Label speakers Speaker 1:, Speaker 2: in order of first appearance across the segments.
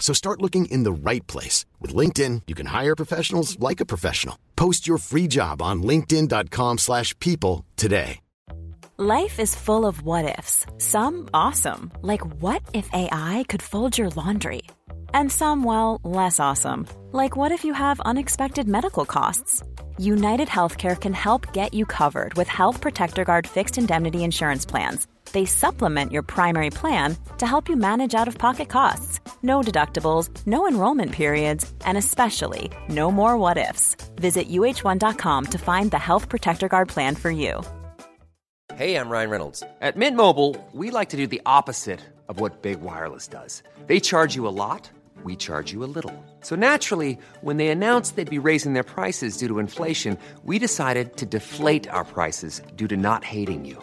Speaker 1: So start looking in the right place. With LinkedIn, you can hire professionals like a professional. Post your free job on linkedin.com/people slash people today.
Speaker 2: Life is full of what ifs. Some awesome, like what if AI could fold your laundry? And some, well, less awesome, like what if you have unexpected medical costs? United Healthcare can help get you covered with Health Protector Guard fixed indemnity insurance plans. They supplement your primary plan to help you manage out of pocket costs. No deductibles, no enrollment periods, and especially no more what ifs. Visit uh1.com to find the Health Protector Guard plan for you.
Speaker 3: Hey, I'm Ryan Reynolds. At Mint Mobile, we like to do the opposite of what Big Wireless does. They charge you a lot, we charge you a little. So naturally, when they announced they'd be raising their prices due to inflation, we decided to deflate our prices due to not hating you.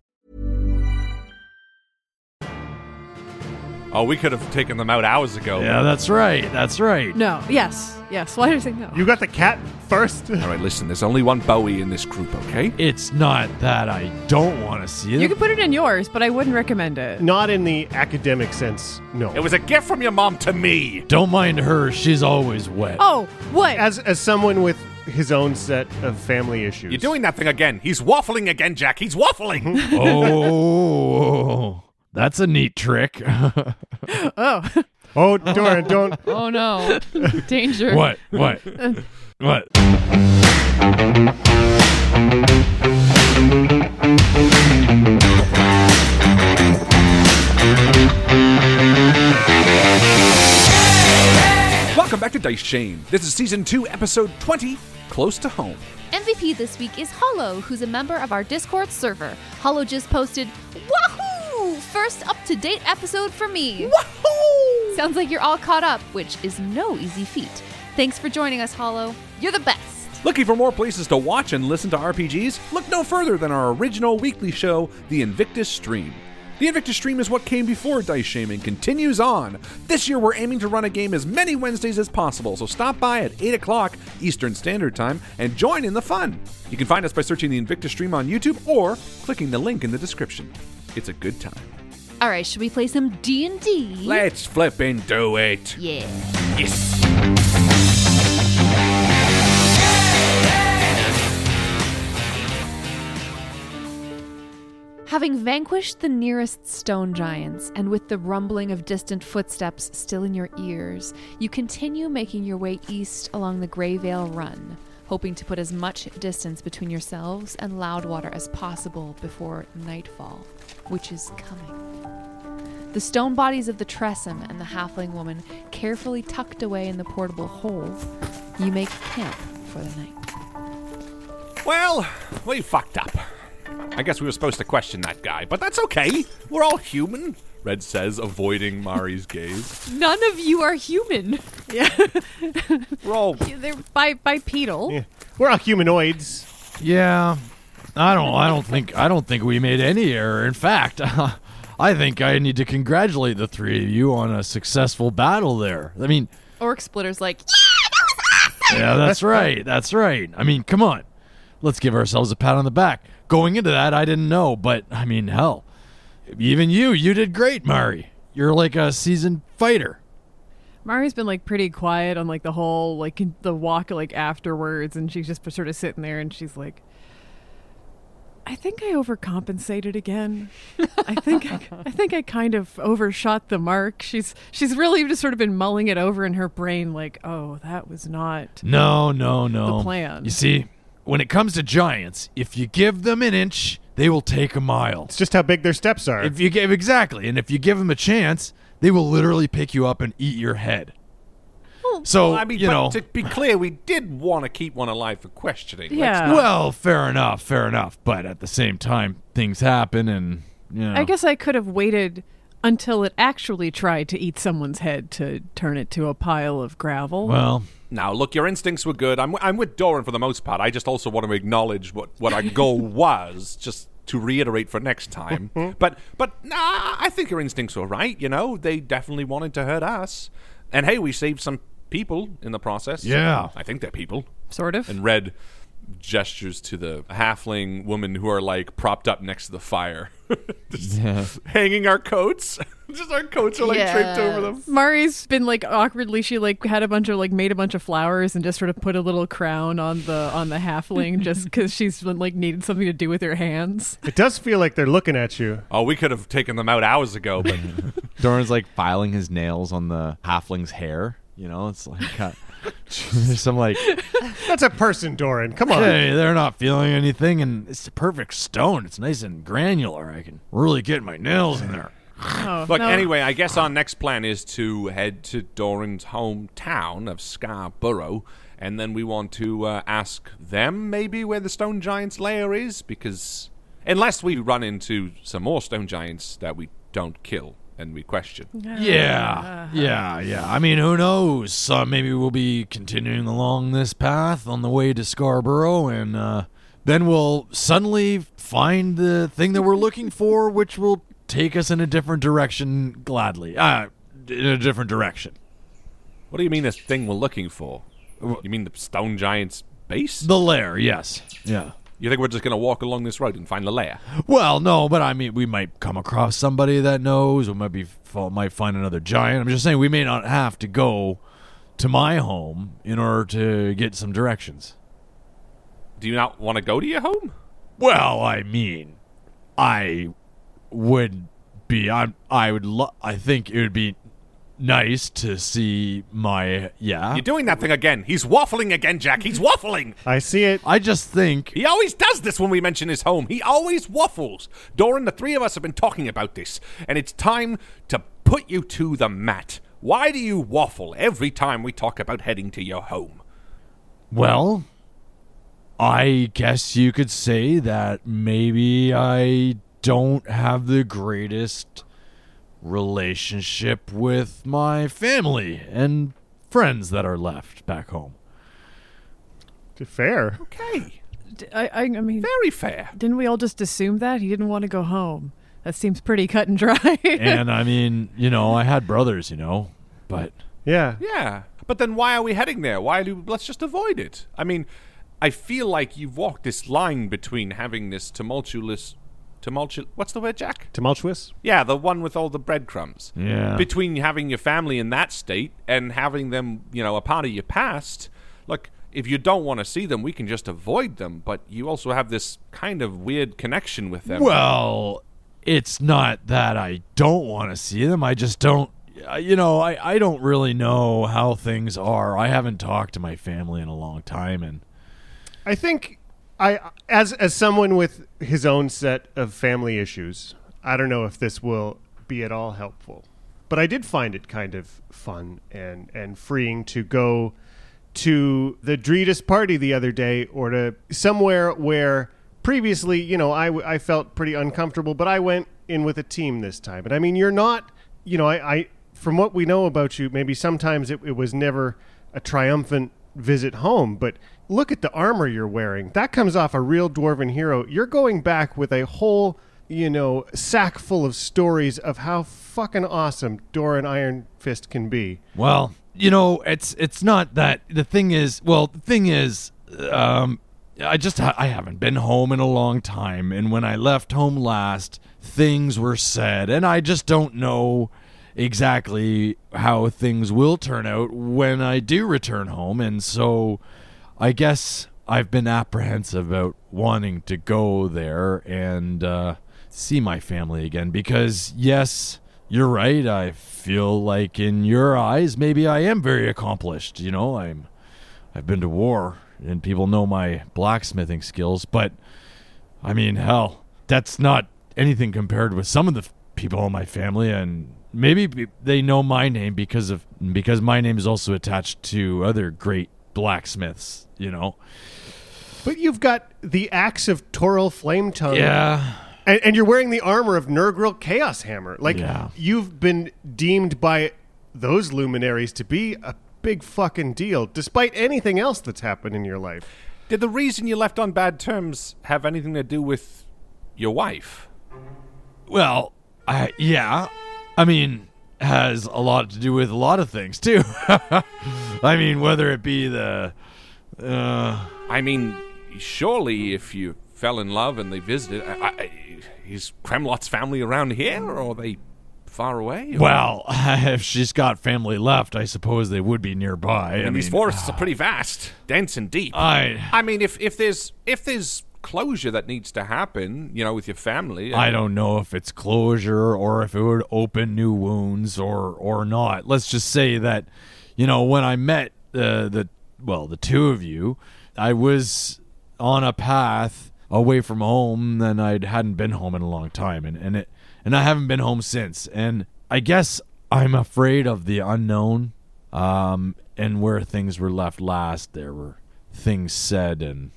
Speaker 4: Oh, we could have taken them out hours ago.
Speaker 5: Yeah, that's right. That's right.
Speaker 6: No. Yes. Yes. Why do you think no?
Speaker 7: You got the cat first.
Speaker 4: All right, listen, there's only one Bowie in this group, okay?
Speaker 5: It's not that I don't want to see it.
Speaker 6: You can put it in yours, but I wouldn't recommend it.
Speaker 7: Not in the academic sense, no.
Speaker 4: It was a gift from your mom to me.
Speaker 5: don't mind her. She's always wet.
Speaker 6: Oh, what?
Speaker 7: As as someone with his own set of family issues,
Speaker 4: You're doing that thing again. He's waffling again, Jack. He's waffling.
Speaker 5: oh, that's a neat trick.
Speaker 6: oh.
Speaker 7: Oh, Doran, don't.
Speaker 8: Oh no. Danger.
Speaker 5: what? What? what?
Speaker 4: Welcome back to Dice Shame. This is season two, episode 20, close to home.
Speaker 8: MVP this week is Hollow, who's a member of our Discord server. Hollow just posted, Wahoo! First up to date episode for me. Wahoo! Sounds like you're all caught up, which is no easy feat. Thanks for joining us, Hollow. You're the best.
Speaker 4: Looking for more places to watch and listen to RPGs? Look no further than our original weekly show, The Invictus Stream. The Invictus Stream is what came before Dice Shaming continues on. This year, we're aiming to run a game as many Wednesdays as possible, so stop by at 8 o'clock Eastern Standard Time and join in the fun. You can find us by searching The Invictus Stream on YouTube or clicking the link in the description. It's a good time.
Speaker 8: All right, should we play some D&D?
Speaker 4: Let's flip and do it.
Speaker 8: yeah.
Speaker 4: Yes.
Speaker 8: Having vanquished the nearest stone giants, and with the rumbling of distant footsteps still in your ears, you continue making your way east along the Greyvale Run, hoping to put as much distance between yourselves and Loudwater as possible before nightfall, which is coming. The stone bodies of the Tressum and the halfling woman carefully tucked away in the portable hole, you make camp for the night.
Speaker 4: Well, we fucked up. I guess we were supposed to question that guy, but that's okay. We're all human. Red says, avoiding Mari's gaze.
Speaker 6: None of you are human. Yeah.
Speaker 4: We're all
Speaker 6: they're bi- bipedal.
Speaker 7: We're all humanoids.
Speaker 5: Yeah, I don't. I don't think. I don't think we made any error. In fact, I think I need to congratulate the three of you on a successful battle there. I mean,
Speaker 6: Orc splitter's like
Speaker 5: yeah, that's right. That's right. I mean, come on. Let's give ourselves a pat on the back. Going into that, I didn't know, but I mean, hell, even you, you did great, Mari. You're like a seasoned fighter.
Speaker 6: Mari's been like pretty quiet on like the whole like the walk like afterwards, and she's just sort of sitting there, and she's like, "I think I overcompensated again. I think I, I think I kind of overshot the mark." She's she's really just sort of been mulling it over in her brain, like, "Oh, that was not
Speaker 5: No, no, no.
Speaker 6: the plan."
Speaker 5: You see, when it comes to giants, if you give them an inch, they will take a mile. It's
Speaker 7: just how big their steps are.
Speaker 5: If you give exactly, and if you give them a chance, they will literally pick you up and eat your head. So,
Speaker 4: I mean,
Speaker 5: you
Speaker 4: but
Speaker 5: know-
Speaker 4: to be clear, we did want to keep one alive for questioning. Let's
Speaker 6: Yeah.
Speaker 4: not-
Speaker 5: Well, fair enough, fair enough. But at the same time, things happen, and you know,
Speaker 6: I guess I could have waited until it actually tried to eat someone's head to turn it to a pile of gravel.
Speaker 4: now look, your instincts were good. I'm I'm with Doran for the most part. I just also want to acknowledge what what our goal was, just to reiterate for next time.
Speaker 5: Mm-hmm.
Speaker 4: but but nah, I think your instincts were right. You know, they definitely wanted to hurt us, and hey, we saved some people in the process.
Speaker 5: Yeah.
Speaker 4: I think they're people.
Speaker 6: Sort of.
Speaker 4: And red gestures to the halfling woman who are like propped up next to the fire.
Speaker 5: Yeah.
Speaker 4: hanging our coats. Just our coats are like draped over them.
Speaker 6: Mari's been like awkwardly. She like had a bunch of like made a bunch of flowers and just sort of put a little crown on the on the halfling just because she's been like needed something to do with her hands.
Speaker 7: It does feel like they're looking at you.
Speaker 4: Oh, we could have taken them out hours ago, but
Speaker 9: Doran's like filing his nails on the halfling's hair. You know, it's like uh, there's some like
Speaker 7: That's a person, Doran. Come on.
Speaker 5: Hey, they're not feeling anything, and it's the perfect stone. It's nice and granular. I can really get my nails in there.
Speaker 6: Oh,
Speaker 4: look.
Speaker 6: no.
Speaker 4: Anyway, I guess our next plan is to head to Doran's hometown of Scarborough, and then we want to uh, ask them maybe where the stone giant's lair is, because unless we run into some more stone giants that we don't kill and we question.
Speaker 5: Yeah, yeah, yeah. I mean, who knows? Uh, maybe we'll be continuing along this path on the way to Scarborough, and uh, then we'll suddenly find the thing that we're looking for, which will take us in a different direction gladly. Uh, in a different direction.
Speaker 4: What do you mean this thing we're looking for? You mean the stone giant's base?
Speaker 5: The lair, yes. Yeah.
Speaker 4: You think we're just going to walk along this road and find the lair?
Speaker 5: Well, no, but I mean, we might come across somebody that knows. We might be f- might find another giant. I'm just saying we may not have to go to my home in order to get some directions.
Speaker 4: Do you not want to go to your home?
Speaker 5: Well, I mean, I would be. I I would. Lo- I think it would be nice to see my. Yeah,
Speaker 4: You're doing that thing again. He's waffling again, Jack. He's waffling.
Speaker 7: I see it.
Speaker 5: I just think.
Speaker 4: He always does this when we mention his home. He always waffles. Doran, the three of us have been talking about this, and it's time to put you to the mat. Why do you waffle every time we talk about heading to your home?
Speaker 5: Well, I guess you could say that maybe I don't have the greatest relationship with my family and friends that are left back home.
Speaker 7: Fair.
Speaker 4: Okay.
Speaker 6: D- I, I I mean,
Speaker 4: Very fair.
Speaker 6: didn't we all just assume that he didn't want to go home? That seems pretty cut and dry.
Speaker 5: and I mean, you know, I had brothers, you know, but
Speaker 7: Yeah.
Speaker 4: Yeah. But then why are we heading there? Why do let's just avoid it? I mean, I feel like you've walked this line between having this tumultuous tumultuous what's the word, Jack?
Speaker 7: Tumultuous.
Speaker 4: Yeah, the one with all the breadcrumbs.
Speaker 5: Yeah.
Speaker 4: Between having your family in that state and having them, you know, a part of your past, like if you don't want to see them, we can just avoid them, but you also have this kind of weird connection with them.
Speaker 5: Well, it's not that I don't want to see them. I just don't. I- You know, I, I don't really know how things are. I haven't talked to my family in a long time, and
Speaker 7: I think I as as someone with his own set of family issues, I don't know if this will be at all helpful. But I did find it kind of fun and and freeing to go to the Dreedus party the other day or to somewhere where previously, you know, I w- I felt pretty uncomfortable, but I went in with a team this time. And I mean, you're not, you know, I, I from what we know about you, maybe sometimes it, it was never a triumphant visit home, but look at the armor you're wearing. That comes off a real dwarven hero. You're going back with a whole, you know, sack full of stories of how fucking awesome Doran Iron Fist can be.
Speaker 5: Well, you know, it's it's not that the thing is. Well, the thing is, um, I just ha- I haven't been home in a long time, and when I left home last, things were said, and I just don't know exactly how things will turn out when I do return home, and so I guess I've been apprehensive about wanting to go there and uh, see my family again because yes. You're right. I feel like in your eyes, maybe I am very accomplished. You know, I'm, I've been to war, and people know my blacksmithing skills. But, I mean, hell, that's not anything compared with some of the f- people in my family, and maybe be- they know my name because of because my name is also attached to other great blacksmiths. You know,
Speaker 7: But you've got the axe of Toral Flametongue.
Speaker 5: Yeah.
Speaker 7: And, and you're wearing the armor of Nurgril Chaos Hammer. Like,
Speaker 5: Yeah.
Speaker 7: you've been deemed by those luminaries to be a big fucking deal, despite anything else that's happened in your life.
Speaker 10: Did the reason you left on bad terms have anything to do with your wife?
Speaker 5: Well, I yeah. I mean, has a lot to do with a lot of things too. I mean, whether it be the uh
Speaker 10: I mean, surely if you fell in love and they visited, I, I, is Kremlot's family around here or are they far away? or-
Speaker 5: well, if she's got family left, I suppose they would be nearby.
Speaker 10: I mean,
Speaker 5: I
Speaker 10: these
Speaker 5: mean, ah.
Speaker 10: forests are pretty vast, dense and deep.
Speaker 5: I-
Speaker 10: I mean, if if there's if there's closure that needs to happen, you know, with your family,
Speaker 5: I don't know if it's closure or if it would open new wounds or or not. Let's just say that, you know, when I met uh, the well, the two of you, I was on a path away from home, and I hadn't been home in a long time, and and it and I haven't been home since. And I guess I'm afraid of the unknown, um, and where things were left last, there were things said and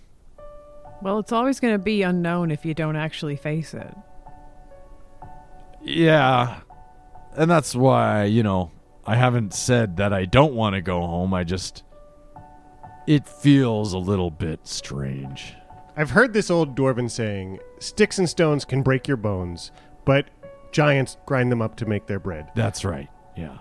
Speaker 6: Well, it's always going to be unknown if you don't actually face it.
Speaker 5: Yeah. And that's why, you know, I haven't said that I don't want to go home. I just. It feels a little bit strange.
Speaker 7: I've heard this old Dwarven saying sticks and stones can break your bones, but giants grind them up to make their bread.
Speaker 5: That's right. Yeah.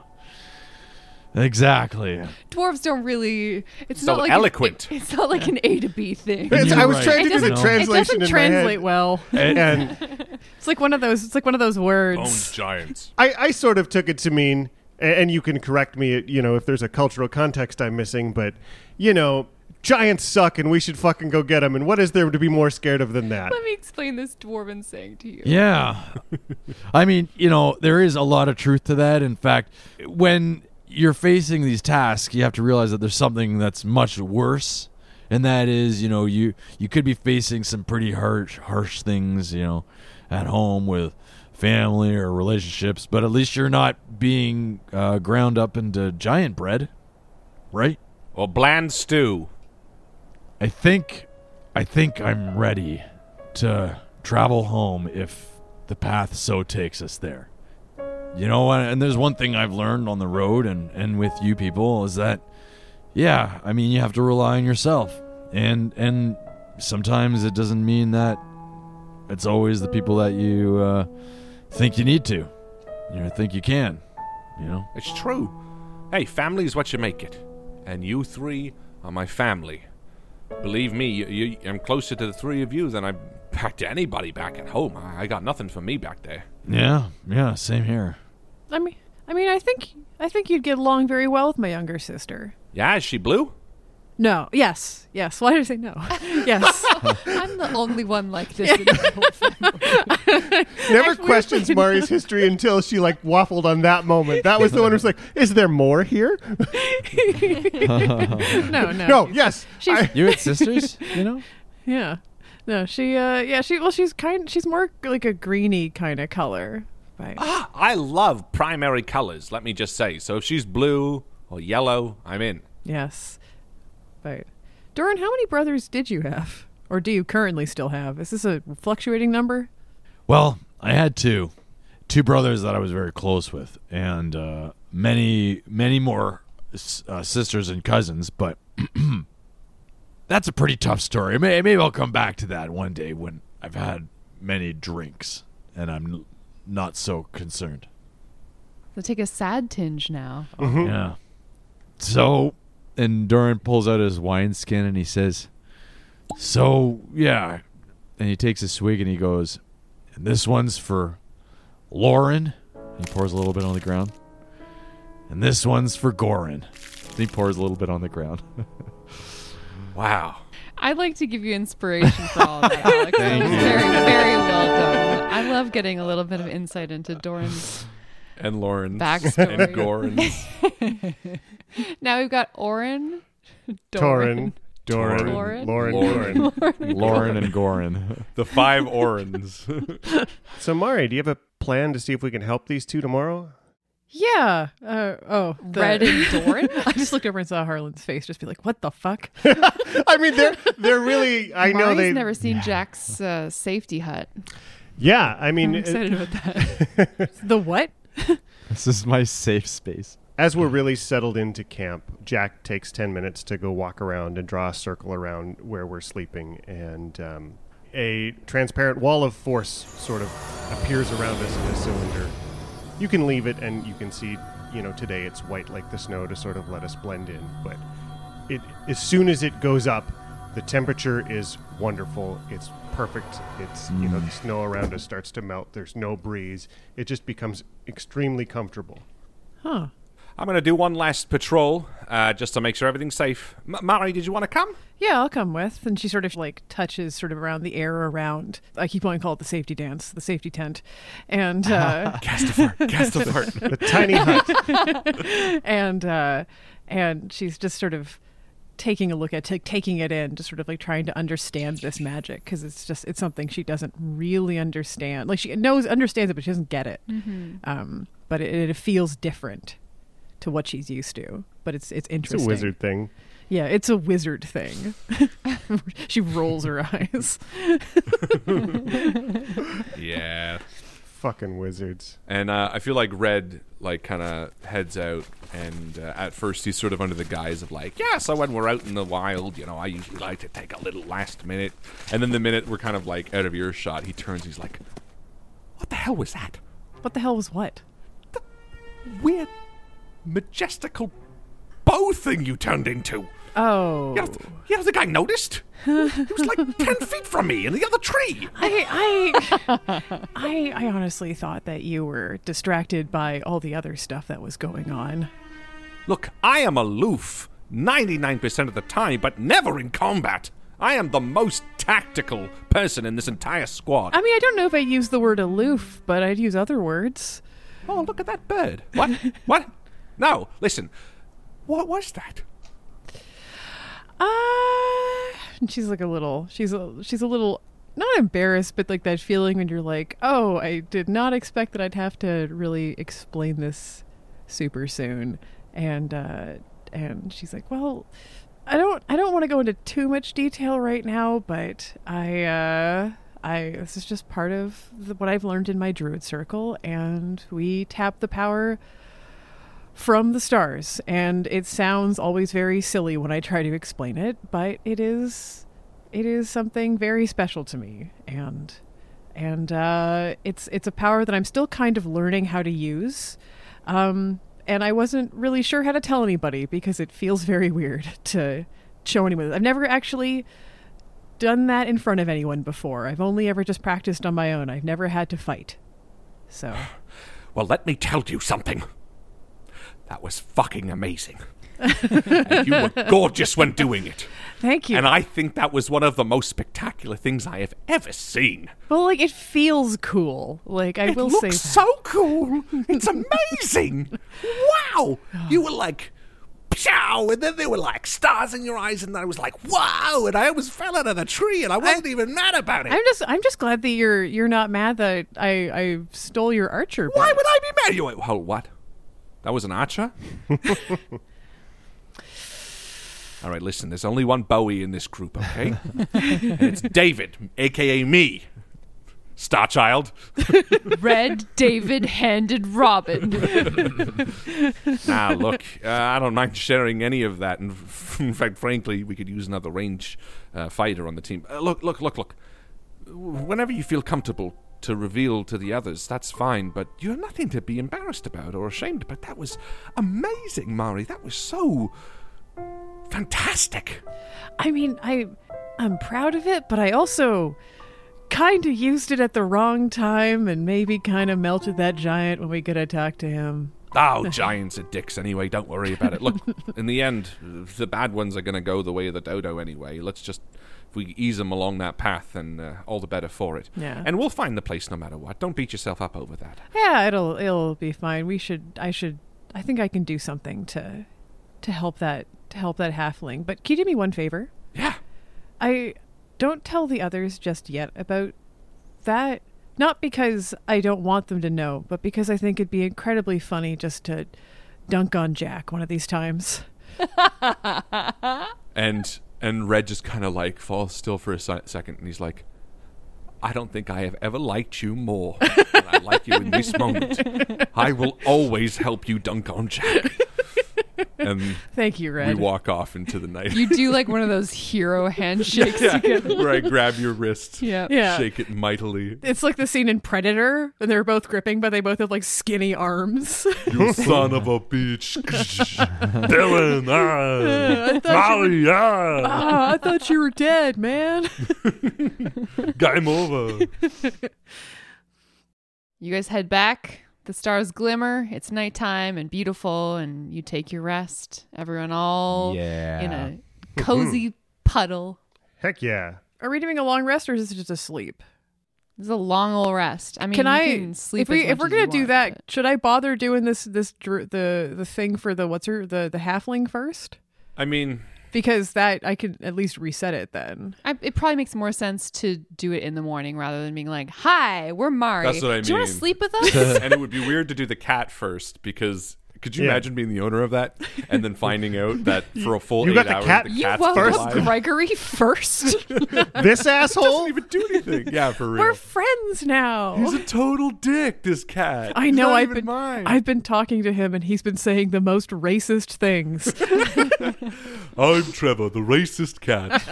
Speaker 5: Exactly.
Speaker 11: Dwarves don't really. It's
Speaker 5: So
Speaker 11: not like
Speaker 5: eloquent.
Speaker 11: An, it's not like an A to B thing.
Speaker 7: It's- I You're was right. trying to
Speaker 6: It
Speaker 7: do the
Speaker 6: doesn't- It
Speaker 7: translation in
Speaker 6: doesn't
Speaker 7: my head.
Speaker 6: translate well.
Speaker 7: And- And-
Speaker 6: it's like one of those. It's like one of those words.
Speaker 10: giants.
Speaker 7: I, I sort of took it to mean, a- and you can correct me, you know, if there's a cultural context I'm missing, but, you know, giants suck and we should fucking go get them. And what is there to be more scared of than that?
Speaker 11: Let me explain this dwarven saying to you.
Speaker 5: Yeah. I mean, you know, there is a lot of truth to that. In fact, when you're facing these tasks, you have to realize that there's something that's much worse. And that is, you know, you you could be facing some pretty harsh harsh things, you know, at home with family or relationships, but at least you're not being uh, ground up into giant bread, right?
Speaker 10: Or bland stew.
Speaker 5: I think I think I'm ready to travel home if the path so takes us there. You know, and and there's one thing I've learned on the road and, and with you people is that, yeah, I mean, you have to rely on yourself. And, and sometimes it doesn't mean that it's always the people that you uh, think you need to, you know, think you can, you know?
Speaker 10: It's true. Hey, family is what you make it. And you three are my family. Believe me, you, you, I'm closer to the three of you than I'm back to anybody back at home. I, I got nothing for me back there.
Speaker 5: Yeah, yeah, same here.
Speaker 6: I mean, I mean, I think I think you'd get along very well with my younger sister.
Speaker 10: Yeah, is she blue?
Speaker 6: No. Yes. Yes. Why did I say no? yes.
Speaker 11: I'm the only one like this in the whole family.
Speaker 7: Never
Speaker 6: Actually,
Speaker 7: questions Mari's history until she like waffled on that moment. That was the one who's like, "Is there more here?"
Speaker 6: no, no.
Speaker 7: no. Yes,
Speaker 6: She's-
Speaker 7: I-
Speaker 12: You had sisters, you know?
Speaker 6: Yeah. No, she uh yeah, she well she's kind she's more like a greeny kind of color. Right.
Speaker 10: Ah,
Speaker 4: I love primary colors, let me just say. So if she's blue or yellow, I'm in.
Speaker 6: Yes. Right. Doran, how many brothers did you have? Or do you currently still have? Is this a fluctuating number?
Speaker 5: Well, I had two, two brothers that I was very close with, and uh, many, many more s- uh, sisters and cousins. But that's a pretty tough story. May- Maybe I'll come back to that one day when I've had many drinks and I'm n- not so concerned.
Speaker 8: They take a sad tinge now.
Speaker 5: Yeah.
Speaker 12: Mm-hmm. So, and Doran pulls out his wineskin and he says,
Speaker 5: So
Speaker 12: yeah.
Speaker 5: and he takes a swig and he goes, and this one's for Lauren. He pours a little bit on the ground. And this one's for Goran.
Speaker 12: He pours a little bit on the ground.
Speaker 4: wow.
Speaker 8: I'd like to give you inspiration for all of that, Alex. That
Speaker 12: Thank
Speaker 8: was
Speaker 12: you.
Speaker 8: very, very well done. I love getting a little bit of insight into Doran's
Speaker 4: And Lauren's.
Speaker 8: backstory.
Speaker 4: And Goran's.
Speaker 8: now we've got Oren,
Speaker 7: Torin,
Speaker 8: Doran,
Speaker 7: Doran,
Speaker 8: Lauren,
Speaker 7: Lauren,
Speaker 8: Lauren.
Speaker 12: Goran.
Speaker 4: The five Orans.
Speaker 7: so, Mari, do you have a plan to see if we can help these two tomorrow?
Speaker 6: Yeah. Uh, oh,
Speaker 8: Red and Doran?
Speaker 6: I just looked over and saw Harlan's face, just be like, "What the fuck?"
Speaker 7: I mean, they're they're really. I know
Speaker 8: Mari's
Speaker 7: they.
Speaker 8: never seen Jack's uh, safety hut.
Speaker 7: yeah, I mean,
Speaker 8: I'm excited
Speaker 7: it-
Speaker 8: about that.
Speaker 6: the what?
Speaker 12: This is my safe space.
Speaker 7: As
Speaker 4: Mm.
Speaker 7: we're really settled into camp, Jack takes 10 minutes to go walk around and draw a circle around where we're sleeping. And um, a transparent wall of force sort of appears around us in a cylinder. You can leave it, and you can see, you know, today it's white like the snow to sort of let us blend in. But it, as soon as it goes up, the temperature is wonderful. It's perfect. It's, you know,
Speaker 12: Mm.
Speaker 7: the snow around us starts to melt. There's no breeze. It just becomes extremely comfortable.
Speaker 6: Huh.
Speaker 4: I'm going to do one last patrol uh, just to make sure everything's safe. M- Mari, did you want to come?
Speaker 6: Yeah, I'll come with. And she sort of like touches sort of around the air around. I keep wanting to call it the safety dance, the safety tent, and uh,
Speaker 4: Castafart, Castafart. The tiny
Speaker 6: hut. and uh, and she's just sort of taking a look at, t- taking it in, just sort of like trying to understand this magic because it's just it's something she doesn't really understand. Like she knows, understands it, but she doesn't get it.
Speaker 8: Mhm.
Speaker 6: Um, but it, it feels different to what she's used to. But it's it's
Speaker 7: It's a
Speaker 6: interesting.
Speaker 7: wizard thing.
Speaker 6: Yeah, it's a wizard thing. she rolls her eyes.
Speaker 4: Yeah.
Speaker 7: Fucking wizards.
Speaker 4: And uh, I feel like Red, like, kind of heads out. And uh, at first, he's sort of under the guise of, like, yeah, so when we're out in the wild, you know, I usually like to take a little last minute. And then the minute we're kind of, like, out of earshot, he turns, he's like, what the hell was that?
Speaker 6: what the hell was what?
Speaker 4: Weird, majestical bow thing you turned into.
Speaker 6: Oh.
Speaker 4: Yeah, yeah, the guy noticed. He was like 10 feet from me in the other tree.
Speaker 6: I I, I I honestly thought that you were distracted by all the other stuff that was going on.
Speaker 4: Look, I am aloof 99% of the time, but never in combat. I am the most tactical person in this entire squad.
Speaker 6: I mean, I don't know if I use the word aloof, but I'd use other words.
Speaker 4: Oh, look at that bird. What? what? No, listen. What was that?
Speaker 6: Uh, And she's like a little she's a she's a little not embarrassed, but like that feeling when you're like, "Oh, I did not expect that I'd have to really explain this super soon." And uh and she's like, "Well, I don't I don't want to go into too much detail right now, but I uh I this is just part of the, what I've learned in my druid circle and we tap the power from the stars and it sounds always very silly when i try to explain it but it is it is something very special to me and and uh, it's it's a power that i'm still kind of learning how to use um, and i wasn't really sure how to tell anybody because it feels very weird to show anyone i've never actually done that in front of anyone before i've only ever just practiced on my own i've never had to fight so
Speaker 4: Well, let me tell you something. That was fucking amazing. and you were gorgeous when doing it.
Speaker 6: Thank you.
Speaker 4: And I think that was one of the most spectacular things I have ever seen.
Speaker 6: Well, like it feels cool. Like I
Speaker 4: It
Speaker 6: will say,
Speaker 4: looks
Speaker 6: that.
Speaker 4: so cool. It's amazing. wow. You were like, Pshaw! And then there were like stars in your eyes, and I was like, wow! And I almost fell out of the tree, and I wasn't even mad about it.
Speaker 6: I'm just I'm just glad that you're you're not mad that I I stole your archer. Why
Speaker 4: would I be mad? You wait, hold what? That was an archer. All right, listen. There's only one Bowie in this group, okay? and it's David, aka me, Starchild.
Speaker 8: Red David handed Robin.
Speaker 4: Ah, look, uh, I don't mind sharing any of that. In, in fact, frankly, we could use another range uh, fighter on the team. Uh, look, look, look, look. Whenever you feel comfortable to reveal to the others, that's fine, but you're nothing to be embarrassed about or ashamed about. That was amazing, Mari. That was so fantastic.
Speaker 6: I mean, I I'm proud of it, but I also kind of used it at the wrong time and maybe kind of melted that giant when we could have talked to him.
Speaker 4: Oh, giants are dicks anyway. Don't worry about it. Look, in the end, the bad ones are going to go the way of the dodo anyway. Let's just, if we ease them along that path, then uh, all the better for it.
Speaker 6: Yeah.
Speaker 4: And we'll find the place no matter what. Don't beat yourself up over that.
Speaker 6: Yeah, it'll it'll be fine. We should I should I think I can do something to to help that to help that halfling. But can you do me one favor?
Speaker 4: Yeah.
Speaker 6: I don't tell the others just yet about that. Not because I don't want them to know, but because I think it'd be incredibly funny just to dunk on Jack one of these times.
Speaker 4: And and Red just kind of like falls still for a si- second, and he's like, "I don't think I have ever liked you more than I like you in this moment. I will always help you dunk on Jack." And
Speaker 6: Thank you, Red.
Speaker 4: We walk off into the night.
Speaker 8: you do like one of those hero handshakes.
Speaker 4: yeah,
Speaker 8: together.
Speaker 4: where I grab your wrist,
Speaker 8: Yeah.
Speaker 6: Yeah.
Speaker 4: shake it mightily.
Speaker 6: It's like the scene in Predator, and they're both gripping, but they both have like skinny arms.
Speaker 4: You son of a bitch, Dylan.
Speaker 6: Yeah, I
Speaker 4: Ah,
Speaker 6: thought
Speaker 4: Molly,
Speaker 6: you were-
Speaker 4: ah,
Speaker 6: Ah, I thought you were dead, man. Ah.
Speaker 4: game over.
Speaker 8: You guys head back. The stars glimmer. It's nighttime and beautiful, and you take your rest. Everyone all
Speaker 7: Yeah. Mm-hmm.
Speaker 8: in a cozy puddle.
Speaker 7: Heck yeah.
Speaker 6: Are we doing a long rest or is it just a sleep?
Speaker 8: It's a long old rest. I mean,
Speaker 6: can
Speaker 8: you
Speaker 6: I
Speaker 8: can sleep
Speaker 6: if we
Speaker 8: as
Speaker 6: if
Speaker 8: much
Speaker 6: we're
Speaker 8: as
Speaker 6: gonna
Speaker 8: you
Speaker 6: do
Speaker 8: want,
Speaker 6: that? Should I bother doing this this dr- the the thing for the what's her the the halfling first?
Speaker 4: I mean,
Speaker 6: Because that I could at least reset it then.
Speaker 8: I, it probably makes more sense to do it in the morning rather than being like, "Hi, we're Mari.
Speaker 4: That's what I
Speaker 8: do you want to
Speaker 4: mean.
Speaker 8: sleep with us?"
Speaker 4: and it would be weird to do the cat first because could you
Speaker 7: Yeah.
Speaker 4: imagine being the owner of that and then finding out that for a full
Speaker 7: You got
Speaker 4: eight
Speaker 7: the
Speaker 4: hours
Speaker 7: cat-
Speaker 4: the
Speaker 8: you
Speaker 4: cat's
Speaker 8: woke
Speaker 4: been
Speaker 8: up
Speaker 4: alive?
Speaker 8: Gregory first.
Speaker 7: This asshole doesn't
Speaker 4: even do anything. Yeah, for real.
Speaker 6: We're friends now.
Speaker 4: He's a total dick. This cat.
Speaker 6: I
Speaker 4: He's
Speaker 6: know
Speaker 4: not
Speaker 6: I've
Speaker 4: even
Speaker 6: been
Speaker 4: mine.
Speaker 6: I've been talking to him and he's been saying the most racist things.
Speaker 4: I'm Trevor, the racist cat.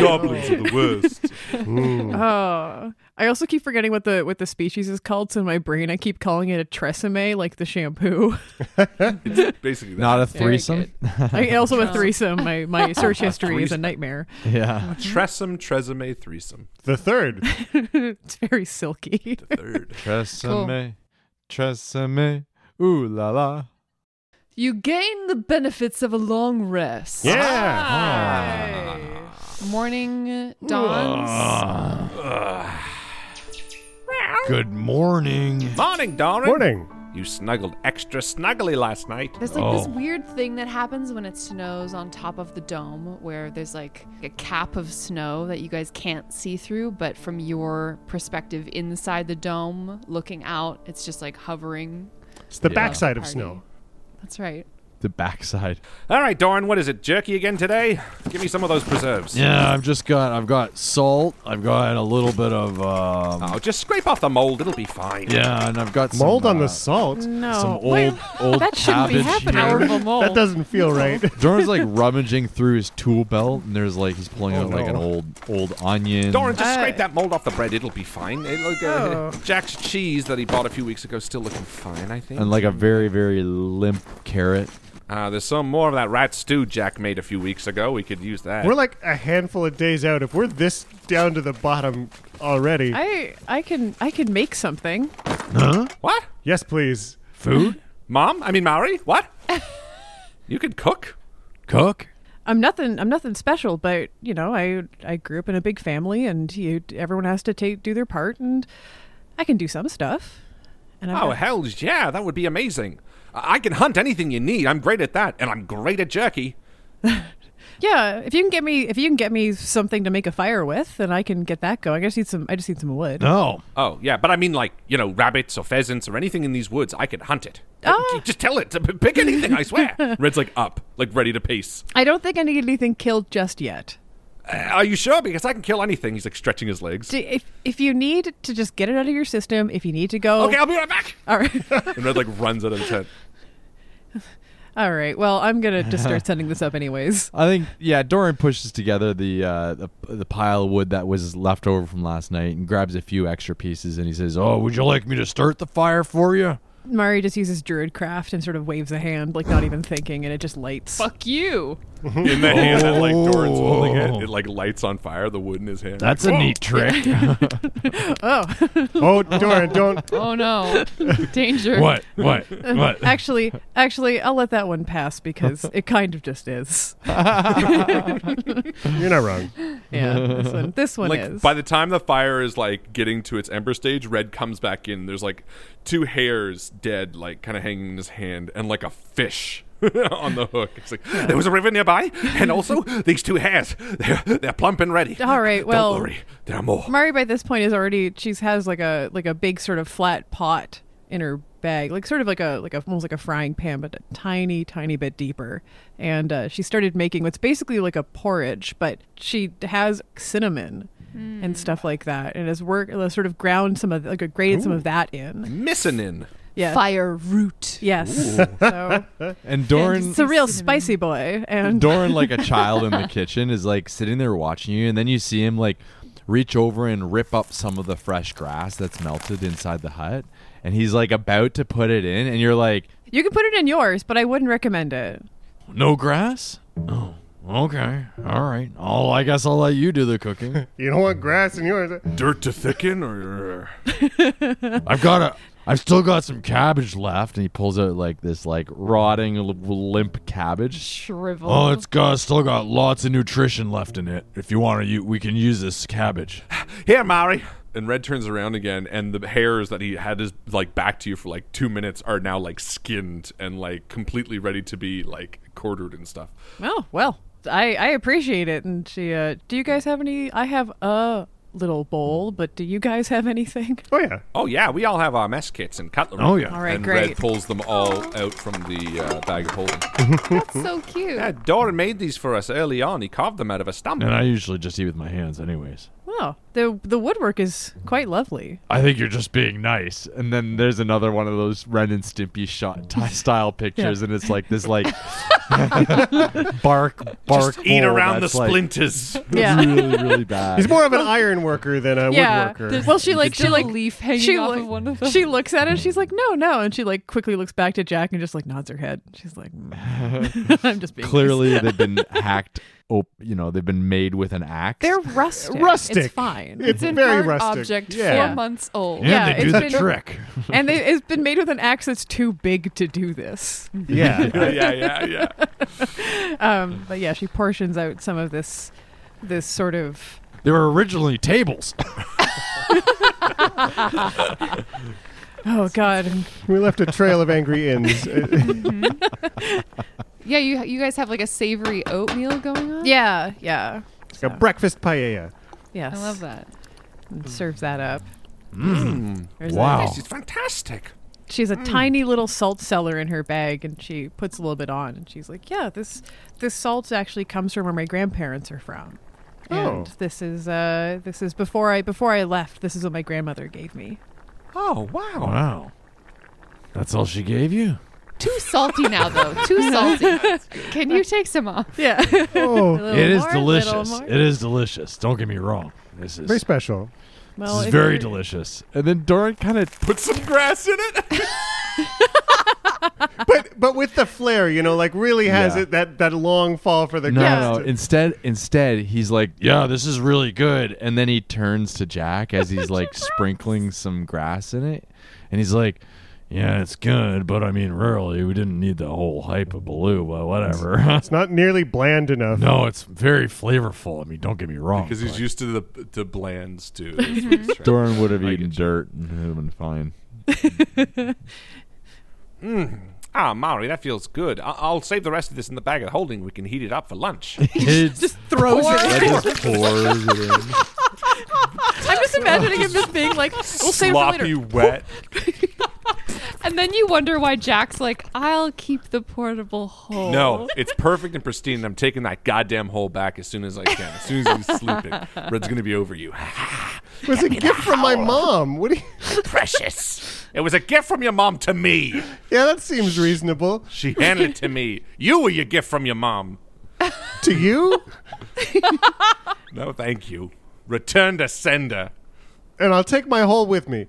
Speaker 4: Goblins are the worst.
Speaker 6: oh. I also keep forgetting what the what the species is called, so in my brain I keep calling it a tresemme, like the shampoo.
Speaker 4: It's basically that.
Speaker 12: Not a threesome.
Speaker 6: I also a
Speaker 8: Trump.
Speaker 6: threesome. My my search history is a
Speaker 4: Threesome.
Speaker 6: nightmare.
Speaker 12: yeah.
Speaker 4: Tresome, tresemme, threesome.
Speaker 7: The third.
Speaker 6: it's very silky.
Speaker 4: Third.
Speaker 12: Tresemme, tresemme, ooh la la.
Speaker 8: you gain the benefits of a long rest.
Speaker 7: Yeah. Ah.
Speaker 8: Morning dawns.
Speaker 12: Good morning.
Speaker 4: Morning, Doran.
Speaker 7: Morning.
Speaker 4: You snuggled extra snuggly last night.
Speaker 8: There's like this
Speaker 12: Oh.
Speaker 8: weird thing that happens when it snows on top of the dome where there's like a cap of snow that you guys can't see through, but from your perspective inside the dome, looking out, it's just like hovering.
Speaker 7: It's the
Speaker 12: Yeah.
Speaker 7: backside of
Speaker 8: Party.
Speaker 7: snow.
Speaker 8: That's right.
Speaker 12: The backside.
Speaker 4: All right, Doran, what is it? Jerky again today? Give me some of those preserves.
Speaker 12: Yeah, I've just got I've got salt. I've got a little bit of um,
Speaker 4: Oh, just scrape off the mold. It'll be fine.
Speaker 12: yeah, and I've got some,
Speaker 7: Mold on
Speaker 12: uh,
Speaker 7: the salt.
Speaker 6: No.
Speaker 12: some old
Speaker 6: Well,
Speaker 12: old
Speaker 8: that shouldn't be
Speaker 12: cabbage
Speaker 8: happening.
Speaker 12: here.
Speaker 8: Powerful mold.
Speaker 7: That doesn't feel right.
Speaker 12: Doran's like rummaging through his tool belt, and there's like he's pulling
Speaker 7: Oh,
Speaker 12: out like an old old onion.
Speaker 4: Doran, just
Speaker 6: Uh,
Speaker 4: scrape that mold off the bread. It'll be fine. It'll go.
Speaker 6: Oh.
Speaker 4: Jack's cheese that he bought a few weeks ago is still looking fine, I think.
Speaker 12: and like a very very limp carrot.
Speaker 4: uh, there's some more of that rat stew Jack made a few weeks ago. We could use that.
Speaker 7: We're like a handful of days out. If we're this down to the bottom already,
Speaker 6: I I can I can make something.
Speaker 4: what?
Speaker 7: yes, please.
Speaker 12: Food?
Speaker 4: Mom? I mean, Mari? What? You could cook.
Speaker 5: Cook?
Speaker 6: I'm nothing. I'm nothing special, but you know, I I grew up in a big family, and you everyone has to take do their part, and I can do some stuff. And I've
Speaker 4: oh
Speaker 6: got-
Speaker 4: hell yeah, that would be amazing. I I can hunt anything you need. I'm great at that, and I'm great at jerky.
Speaker 6: yeah. If you can get me, if you can get me something to make a fire with, then I can get that going. I just need some. I just need some wood.
Speaker 4: Oh yeah, but I mean like you know rabbits or pheasants or anything in these woods. I could hunt it. Just tell it to p- pick anything. I swear. Red's like up, like ready to pace.
Speaker 6: I don't think I need anything killed just yet.
Speaker 4: Uh, are you sure? Because I can kill anything. He's like stretching his legs.
Speaker 6: Do- if if you need to just get it out of your system, if you need to go,
Speaker 4: Okay, I'll be right back.
Speaker 6: All right,
Speaker 4: and Red like runs out of the tent.
Speaker 6: all right. Well, I'm gonna just start setting this up anyways.
Speaker 12: I think yeah. Doran pushes together the, uh, the the pile of wood that was left over from last night and grabs a few extra pieces and he says, "Oh, would you like me to start the fire for you?"
Speaker 6: Mari just uses druid craft and sort of waves a hand, like not even thinking, and it just lights.
Speaker 8: Fuck you.
Speaker 4: In the hand that like Doran's holding it, it like lights on fire. The wood in his hand.
Speaker 5: That's a
Speaker 4: Oh. Whoa.
Speaker 5: neat trick.
Speaker 6: oh.
Speaker 7: Oh, Doran, don't.
Speaker 8: Oh no, danger.
Speaker 5: What? What? What?
Speaker 6: actually, actually, I'll let that one pass because it kind of just is.
Speaker 7: You're not wrong.
Speaker 6: Yeah, this one. This one
Speaker 4: like,
Speaker 6: is.
Speaker 4: By the time the fire is like getting to its ember stage, Red comes back in. There's like two hairs dead, like kind of hanging in his hand, and like a fish on the hook. It's like there was a river nearby, and also these two hairs. They're they're plump and ready.
Speaker 6: All right. Well,
Speaker 4: don't worry, there are more.
Speaker 6: Mari by this point is already. She's has like a like a big sort of flat pot in her bag, like sort of like a like a almost like a frying pan, but a tiny tiny bit deeper. And uh, she started making what's basically like a porridge, but she has cinnamon.
Speaker 8: Hmm.
Speaker 6: And stuff like that, and has work uh, sort of ground some of like grated some
Speaker 4: Ooh.
Speaker 6: of that in.
Speaker 4: Missing in.
Speaker 6: Yeah.
Speaker 8: Fire root.
Speaker 6: Yes.
Speaker 12: Ooh.
Speaker 6: So
Speaker 12: And Doran
Speaker 6: it's a real spicy boy. And
Speaker 12: Doran, like a child in the kitchen, is like sitting there watching you, and then you see him like reach over and rip up some of the fresh grass that's melted inside the hut, and he's like about to put it in, and you're like,
Speaker 6: You can put it in yours, but I wouldn't recommend it.
Speaker 5: No grass? Oh, okay. All right. Oh, I guess I'll let you do the cooking.
Speaker 7: You don't want grass in yours.
Speaker 4: Dirt to thicken, or
Speaker 5: I've got a.
Speaker 12: I've still got some cabbage left, and he pulls out like this like rotting l- limp cabbage.
Speaker 8: Shrivel.
Speaker 5: Oh, it's got still got lots of nutrition left in it. If you want to, you we can use this cabbage.
Speaker 4: Here, Mari. And Red turns around again, and the hairs that he had his like back to you for like two minutes are now like skinned and like completely ready to be like quartered and stuff.
Speaker 6: Oh well, I I appreciate it. And she, uh, do you guys have any? I have a little bowl, but do you guys have anything?
Speaker 7: Oh yeah.
Speaker 4: Oh yeah, we all have our mess kits and cutlery.
Speaker 5: Oh, yeah.
Speaker 6: All right,
Speaker 4: and Red
Speaker 6: great.
Speaker 4: pulls them all out from the uh, bag of holding.
Speaker 8: That's
Speaker 7: Hmm?
Speaker 8: so cute.
Speaker 4: yeah, Doran made these for us early on. He carved them out of a stump.
Speaker 5: And I usually just eat with my hands, anyways.
Speaker 6: Oh, the the woodwork is quite lovely.
Speaker 12: I think you're just being nice. And then there's another one of those Ren and Stimpy shot t- style pictures, and it's like this like bark bark.
Speaker 4: Just eat
Speaker 12: bowl
Speaker 4: around the
Speaker 12: that's, like,
Speaker 4: splinters.
Speaker 6: Yeah.
Speaker 12: really really bad.
Speaker 7: He's more of an iron worker than a
Speaker 6: yeah.
Speaker 7: woodworker.
Speaker 6: Well, she like she
Speaker 8: still a
Speaker 6: like
Speaker 8: leaf hanging
Speaker 6: she
Speaker 8: off
Speaker 6: like-
Speaker 8: of one of them.
Speaker 6: She looks at it. She's like, no, no, and she like quickly looks back to Jack and just like nods her head. She's like, mm. I'm just being nice.
Speaker 12: Clearly, they've been hacked. Op- you know, they've been made with an axe.
Speaker 6: They're rustic.
Speaker 7: Rustic.
Speaker 6: It's fine.
Speaker 7: It's
Speaker 8: an
Speaker 7: very
Speaker 8: art
Speaker 7: rustic.
Speaker 8: object
Speaker 7: Yeah.
Speaker 8: four months old.
Speaker 5: And
Speaker 6: Yeah,
Speaker 5: they do
Speaker 6: it's
Speaker 5: the
Speaker 6: been-
Speaker 5: trick.
Speaker 6: and they, it's been made with an axe that's too big to do this.
Speaker 7: yeah.
Speaker 4: yeah, yeah, yeah.
Speaker 6: Um, but yeah, she portions out some of this, this sort of.
Speaker 5: They were originally tables.
Speaker 6: Oh God, Mm-hmm.
Speaker 7: We left a trail of angry inns.
Speaker 8: Yeah, you you guys have like a savory oatmeal going on.
Speaker 6: yeah, yeah,
Speaker 7: a breakfast paella.
Speaker 6: yes.
Speaker 8: I love that.
Speaker 6: And serves that up.
Speaker 4: Mm.
Speaker 7: Mm.
Speaker 6: There's
Speaker 5: wow.
Speaker 4: This is fantastic.
Speaker 6: a- she has
Speaker 4: Mm.
Speaker 6: a tiny little salt cellar in her bag, and she puts a little bit on, and she's like, "Yeah, this this salt actually comes from where my grandparents are from." And
Speaker 7: Oh.
Speaker 6: this is uh, this is before I before I left. This is what my grandmother gave me.
Speaker 4: Oh wow.
Speaker 5: Wow. That's all she gave you?
Speaker 8: Too salty now though. Too salty. Can you take some off?
Speaker 6: Yeah,
Speaker 7: Oh,
Speaker 5: It is delicious. It is delicious. Don't get me wrong. This is
Speaker 7: very special.
Speaker 6: well,
Speaker 5: this is
Speaker 6: if
Speaker 5: very
Speaker 6: you're-
Speaker 5: delicious. And then Doran kind of
Speaker 4: Put some grass in it.
Speaker 7: But but with the flair, you know, like really has
Speaker 12: Yeah.
Speaker 7: it that that long fall for the
Speaker 12: no,
Speaker 7: grass.
Speaker 12: no.
Speaker 7: to-
Speaker 12: Instead, instead, he's like, "Yeah, this is really good." And then he turns to Jack as he's like sprinkling some grass in it, and he's like,
Speaker 5: yeah, it's good, but I mean, really, we didn't need the whole hype of Baloo, but whatever.
Speaker 7: it's not nearly bland enough.
Speaker 5: no, it's very flavorful. I mean, don't get me wrong.
Speaker 4: because he's used to the to blands too.
Speaker 12: Doran would have eaten dirt and it would have been fine.
Speaker 4: Mm. Ah, Mari, that feels good. I- I'll save the rest of this in the bag of holding. We can heat it up for lunch.
Speaker 5: just
Speaker 6: throws it in.
Speaker 12: Yeah, just pours it in.
Speaker 6: I'm just imagining him just being like, "We'll save it for later."
Speaker 4: wet.
Speaker 8: And then you wonder why Jack's like, I'll keep the portable
Speaker 6: Oh.
Speaker 8: hole.
Speaker 4: No, it's perfect and pristine. and I'm taking that goddamn hole back as soon as I can. As soon as he's sleeping, Red's gonna be over you.
Speaker 7: It was a gift from my mom. What do you?
Speaker 4: Precious. It was a gift from your mom to me.
Speaker 7: Yeah, that seems reasonable.
Speaker 4: She handed it to me. You were your gift from your mom.
Speaker 7: to you,
Speaker 4: No, thank you. Return to sender.
Speaker 7: and I'll take my hole with me.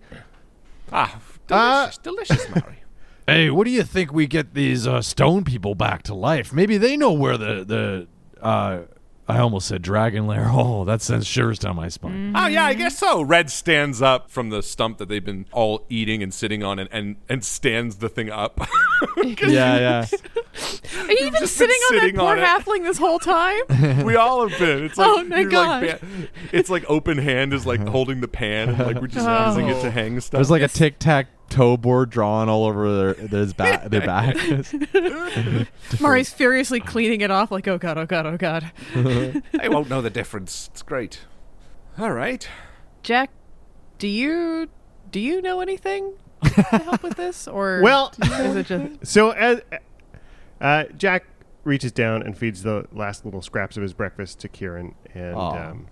Speaker 4: Ah,
Speaker 7: delicious,
Speaker 4: delicious, Mari.
Speaker 5: Hey, what do you think we get these uh, stone people back to life? Maybe they know where the the uh, I almost said dragon lair. Oh, that sends shivers down my spine.
Speaker 4: Oh yeah, I guess so. Red stands up from the stump that they've been all eating and sitting on, and and, and stands the thing up.
Speaker 12: Yeah,
Speaker 6: Are you even
Speaker 4: just been
Speaker 6: sitting on
Speaker 4: sitting
Speaker 6: that poor
Speaker 4: on it.
Speaker 6: halfling this whole time?
Speaker 4: yeah. We all have been. It's like
Speaker 6: Oh, my
Speaker 4: you're
Speaker 6: gosh.
Speaker 4: Like, ba- it's like open hand is like holding the pan, and like we're just
Speaker 6: Oh.
Speaker 4: using it to hang stuff.
Speaker 12: There's like a tic tac toe board drawn all over their their back. Their back.
Speaker 6: Mari's furiously cleaning it off, like, "Oh god, oh god, oh god."
Speaker 4: they won't know the difference. It's great. All right.
Speaker 6: Jack, do you do you know anything to help with this, or
Speaker 7: Well-
Speaker 6: do you- is it just
Speaker 7: So as uh, Jack reaches down and feeds the last little scraps of his breakfast to Kieran, and
Speaker 12: Aw.
Speaker 7: um,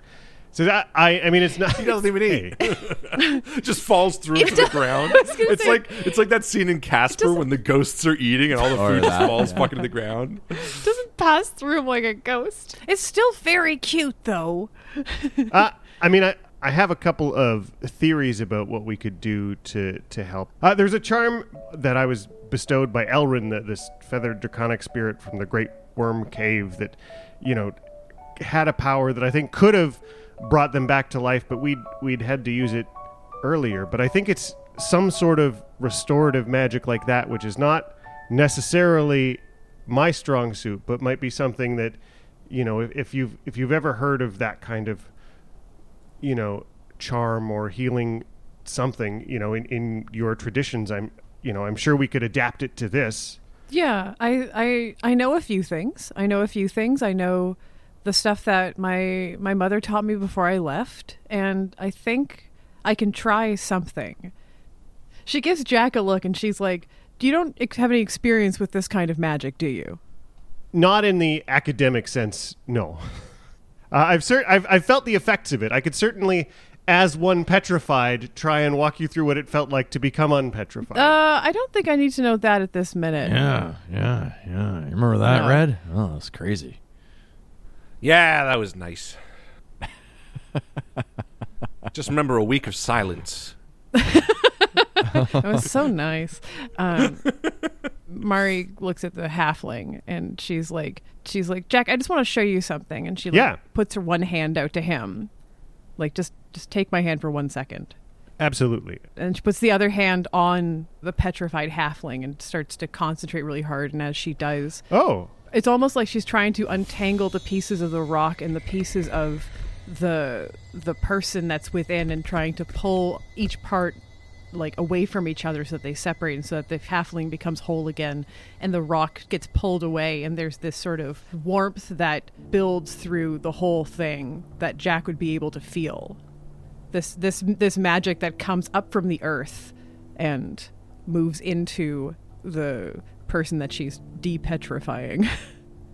Speaker 7: so that I, I mean, it's not. He doesn't even eat.
Speaker 4: Just falls through to the ground. It's like it's like that scene in Casper when the ghosts are eating and all the
Speaker 12: Or
Speaker 4: food just
Speaker 12: that,
Speaker 4: falls
Speaker 12: yeah.
Speaker 4: fucking to the ground.
Speaker 8: doesn't pass through him like a ghost.
Speaker 6: It's still very cute, though.
Speaker 7: uh, I mean, I, I have a couple of theories about what we could do to to help. Uh, there's a charm that I was bestowed by Elrin, the, this feathered draconic spirit from the Great Worm Cave, that you know had a power that I think could have brought them back to life, but we'd we'd had to use it earlier. But I think it's some sort of restorative magic like that, which is not necessarily my strong suit, but might be something that you know if, if you've if you've ever heard of that kind of you know charm or healing something you know in, in your traditions i'm you know i'm sure we could adapt it to this
Speaker 6: Yeah, I, I I know a few things. I know a few things. I know the stuff that my my mother taught me before I left, and I think I can try something. She gives Jack a look, and she's like, "You don't ex- have any experience with this kind of magic, do you?"
Speaker 7: not in the academic sense no uh, i've cer- I've, I've felt the effects of it i could certainly as one petrified try and walk you through what it felt like to become unpetrified
Speaker 6: Uh, I don't think I need to know that at this minute.
Speaker 5: Yeah, yeah, yeah. You remember that,
Speaker 6: No.
Speaker 5: Red? Oh, that's crazy.
Speaker 4: Yeah, that was nice. Just remember a week of silence.
Speaker 6: That was so nice. Um, Mari looks at the halfling and she's like, she's like, Jack, I just want to show you something. And she like,
Speaker 7: Yeah.
Speaker 6: puts her one hand out to him, like just just take my hand for one second.
Speaker 7: absolutely
Speaker 6: And she puts the other hand on the petrified halfling and starts to concentrate really hard. And as she does,
Speaker 7: oh
Speaker 6: it's almost like she's trying to untangle the pieces of the rock and the pieces of the the person that's within and trying to pull each part like away from each other so that they separate and so that the halfling becomes whole again and the rock gets pulled away and there's this sort of warmth that builds through the whole thing that Jack would be able to feel this this this magic that comes up from the earth and moves into the person that she's depetrifying.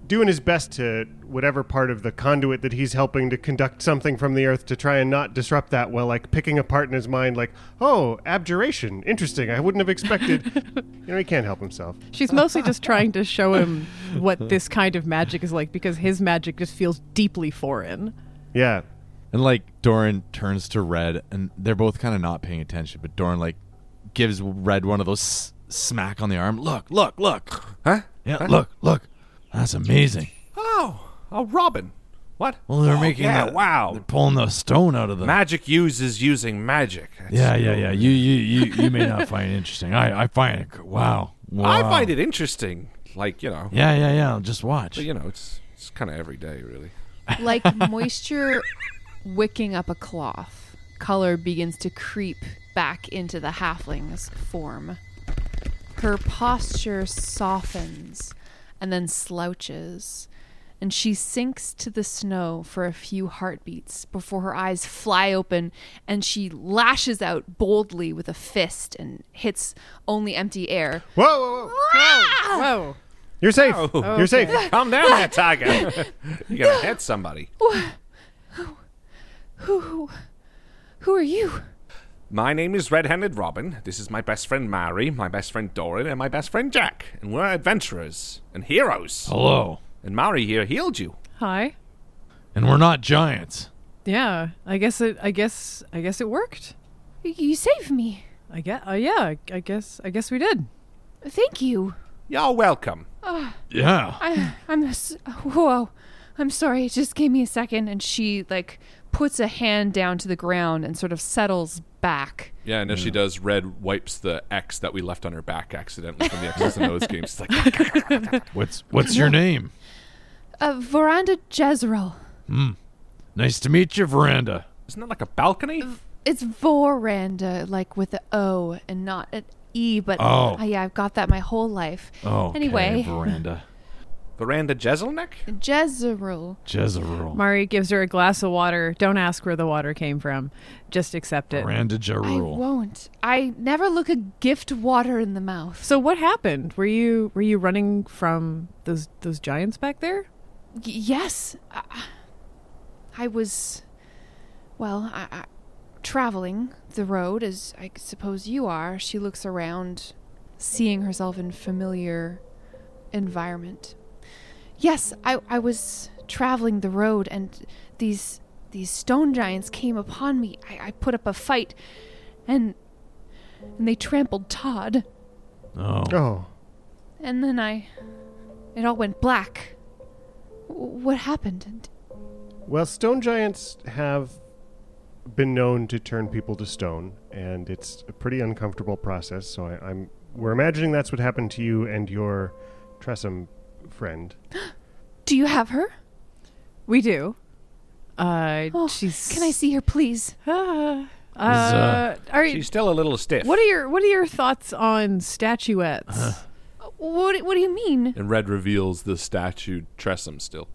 Speaker 7: doing his best to whatever part of the conduit that he's helping to conduct something from the earth to try and not disrupt that while like picking apart in his mind like oh abjuration interesting i wouldn't have expected you know he can't help himself
Speaker 6: She's mostly just trying to show him what this kind of magic is like because his magic just feels deeply foreign.
Speaker 7: yeah
Speaker 12: And like Doran turns to Red, and they're both kind of not paying attention. But Doran like gives Red one of those s- smack on the arm. Look, look, look.
Speaker 4: Huh?
Speaker 5: Yeah, look, look. That's amazing.
Speaker 4: Oh, oh, Robin. What?
Speaker 5: Well, they're
Speaker 4: Oh,
Speaker 5: making
Speaker 4: yeah,
Speaker 5: the-
Speaker 4: wow.
Speaker 5: They're pulling the stone out of the.
Speaker 4: Magic uses using magic.
Speaker 5: yeah, yeah, yeah. You, you, you, you may not find it interesting. I, I find it. Wow.
Speaker 4: I
Speaker 5: Wow.
Speaker 4: find it interesting. Like you know.
Speaker 5: Yeah, yeah, yeah. Just watch.
Speaker 4: But, you know, it's it's kind of every day, really.
Speaker 8: like moisture wicking up a cloth, color begins to creep back into the halfling's form. Her posture softens and then slouches, and she sinks to the snow for a few heartbeats before her eyes fly open and she lashes out boldly with a fist and hits only empty air. Ah!
Speaker 7: Whoa, whoa, whoa.
Speaker 8: Whoa.
Speaker 7: You're safe.
Speaker 4: Oh,
Speaker 7: You're safe.
Speaker 4: okay. Calm down there, tiger. You're gonna hit somebody.
Speaker 8: Who, who, who are you?
Speaker 4: My name is Red Handed Robin. This is my best friend Mary, my best friend Doran, and my best friend Jack. And we're adventurers and heroes.
Speaker 5: Hello.
Speaker 4: And Mari here healed you.
Speaker 6: Hi.
Speaker 5: And we're not giants.
Speaker 6: Yeah. I guess it. I guess. I guess it worked.
Speaker 8: You saved me.
Speaker 6: I guess. Uh, yeah. I- I guess. I guess we did.
Speaker 8: Thank you.
Speaker 4: You're welcome.
Speaker 8: Ah.
Speaker 5: Yeah.
Speaker 8: I, I'm s- whoa. I'm sorry. It just gave me a second, and she like puts a hand down to the ground and sort of settles back.
Speaker 4: Yeah, and as she does, Red wipes the X that we left on her back accidentally from the X's and O's game. She's like,
Speaker 5: What's What's your name?
Speaker 8: Uh, Veranda Jezreel.
Speaker 5: Hmm. Nice to meet you, Veranda.
Speaker 4: Isn't that like a balcony?
Speaker 8: It's Voranda, like with the O and not an E. But
Speaker 5: Oh.
Speaker 8: Ah, yeah, I've got that my whole life. anyway,
Speaker 5: Veranda.
Speaker 4: Veranda Jezelnik?
Speaker 8: Jezreel.
Speaker 5: Jezebel.
Speaker 6: Mari gives her a glass of water. Don't ask where the water came from. Just accept it.
Speaker 5: Veranda Jerule.
Speaker 8: Won't. I never look a gift water in the mouth.
Speaker 6: So what happened? Were you were you running from those those giants back there?
Speaker 8: Y- yes. I, I was, well, I, I, traveling the road, as I suppose you are. She looks around, seeing herself in familiar environment. Yes, I, I was traveling the road, and these these stone giants came upon me. I, I put up a fight, and and they trampled Todd.
Speaker 5: Oh.
Speaker 7: Oh.
Speaker 8: And then I. It all went black. W- What happened?
Speaker 7: Well, stone giants have been known to turn people to stone, and it's a pretty uncomfortable process. So I, I'm we're imagining that's what happened to you and your Tressum friend.
Speaker 8: Do you have her?
Speaker 6: We do. Uh,
Speaker 8: Oh.
Speaker 6: she's.
Speaker 8: Can I see her, please?
Speaker 6: Uh, all right.
Speaker 4: She's still a little stiff. Uh-huh.
Speaker 6: What are your What are your thoughts on statuettes?
Speaker 8: What What do you mean?
Speaker 4: And Red reveals the statue Tressum still.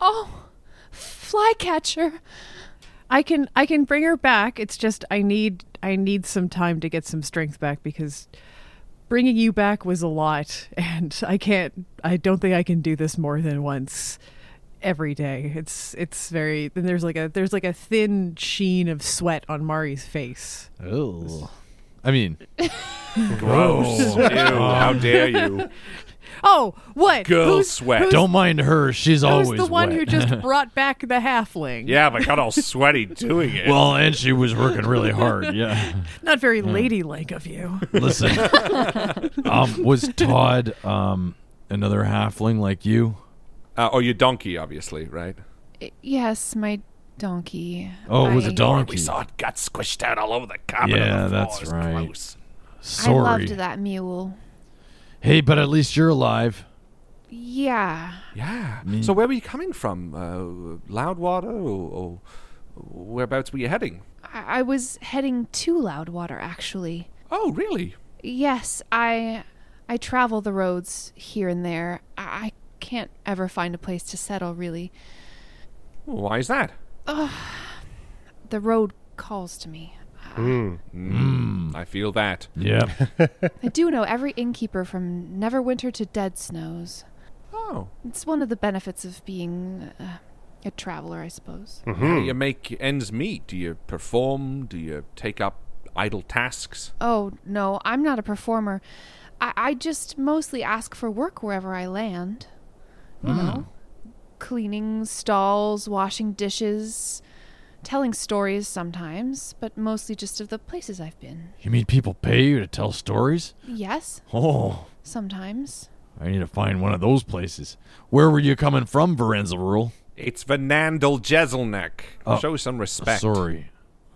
Speaker 8: Oh, flycatcher.
Speaker 6: I can I can bring her back. It's just I need I need some time to get some strength back because bringing you back was a lot, and I can't. I don't think I can do this more than once every day. It's it's very. Then there's like a there's like a thin sheen of sweat on Mari's face.
Speaker 12: Oh. I mean,
Speaker 5: Gross. Ew, how dare you.
Speaker 6: Oh, what? Who's- who's-
Speaker 5: Don't mind her. She's
Speaker 6: who's
Speaker 5: always
Speaker 6: the one
Speaker 5: wet.
Speaker 6: who just brought back the halfling.
Speaker 4: Yeah, but got all sweaty doing it.
Speaker 5: well, and she was working really hard. Yeah.
Speaker 6: Not very
Speaker 5: Yeah.
Speaker 6: ladylike of you.
Speaker 5: Hmm. Listen, um, was Todd um, another halfling like you?
Speaker 4: Uh, oh, your donkey, obviously, right?
Speaker 8: I- Yes, my donkey.
Speaker 5: Oh, it was
Speaker 8: I-
Speaker 5: a donkey.
Speaker 4: it got squished out all over the
Speaker 5: yeah, that's right.
Speaker 8: I
Speaker 5: Sorry.
Speaker 8: loved that mule.
Speaker 5: Hey, but at least you're alive.
Speaker 8: Yeah.
Speaker 4: Yeah. So where were you coming from? Uh, Loudwater, or, or whereabouts were you heading?
Speaker 8: I, I was heading to Loudwater, actually.
Speaker 4: Oh, really?
Speaker 8: Yes, I I travel the roads here and there. I, I can't ever find a place to settle, really.
Speaker 4: Why is that?
Speaker 8: Ugh. The road calls to me.
Speaker 4: Mm. I feel that.
Speaker 5: Yeah.
Speaker 8: I do know every innkeeper from Neverwinter to Dead Snows.
Speaker 4: Oh.
Speaker 8: It's one of the benefits of being uh, a traveler, I suppose.
Speaker 4: How do you make ends meet? Do you perform? Do you take up idle tasks?
Speaker 8: Oh, no, I'm not a performer. I, I just mostly ask for work wherever I land.
Speaker 4: Mm.
Speaker 8: You know, cleaning stalls, washing dishes, telling stories sometimes, but mostly just of the places I've been.
Speaker 5: You mean people pay you to tell stories?
Speaker 8: Yes,
Speaker 5: Oh,
Speaker 8: sometimes.
Speaker 5: I need to find one of those places. Where were you coming from, Verenza Rule?
Speaker 4: It's Vanandal Jezelnik.
Speaker 5: Oh,
Speaker 4: Show some respect.
Speaker 5: Sorry,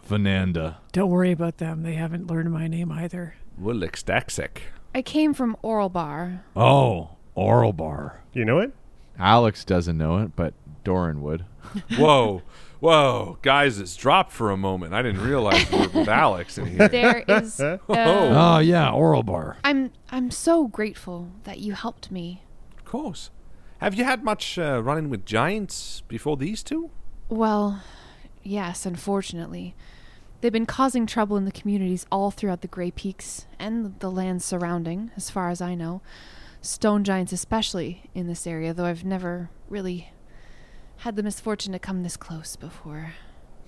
Speaker 5: Vananda.
Speaker 6: Don't worry about them. They haven't learned my name either.
Speaker 4: Willix Daxik.
Speaker 8: I came from Oral Bar.
Speaker 5: Oh, oral bar.
Speaker 7: You know it?
Speaker 12: Alex doesn't know it, but Doran would.
Speaker 4: Whoa. Whoa, guys, it's dropped for a moment. I didn't realize we were with Alex in here.
Speaker 8: There is. Uh,
Speaker 5: Oh, yeah, oral bar.
Speaker 8: I'm I'm so grateful that you helped me.
Speaker 4: Of course. Have you had much uh, running with giants before these two?
Speaker 8: Well, yes, unfortunately. They've been causing trouble in the communities all throughout the Grey Peaks and the lands surrounding, as far as I know. Stone giants, especially in this area, though I've never really had the misfortune to come this close before.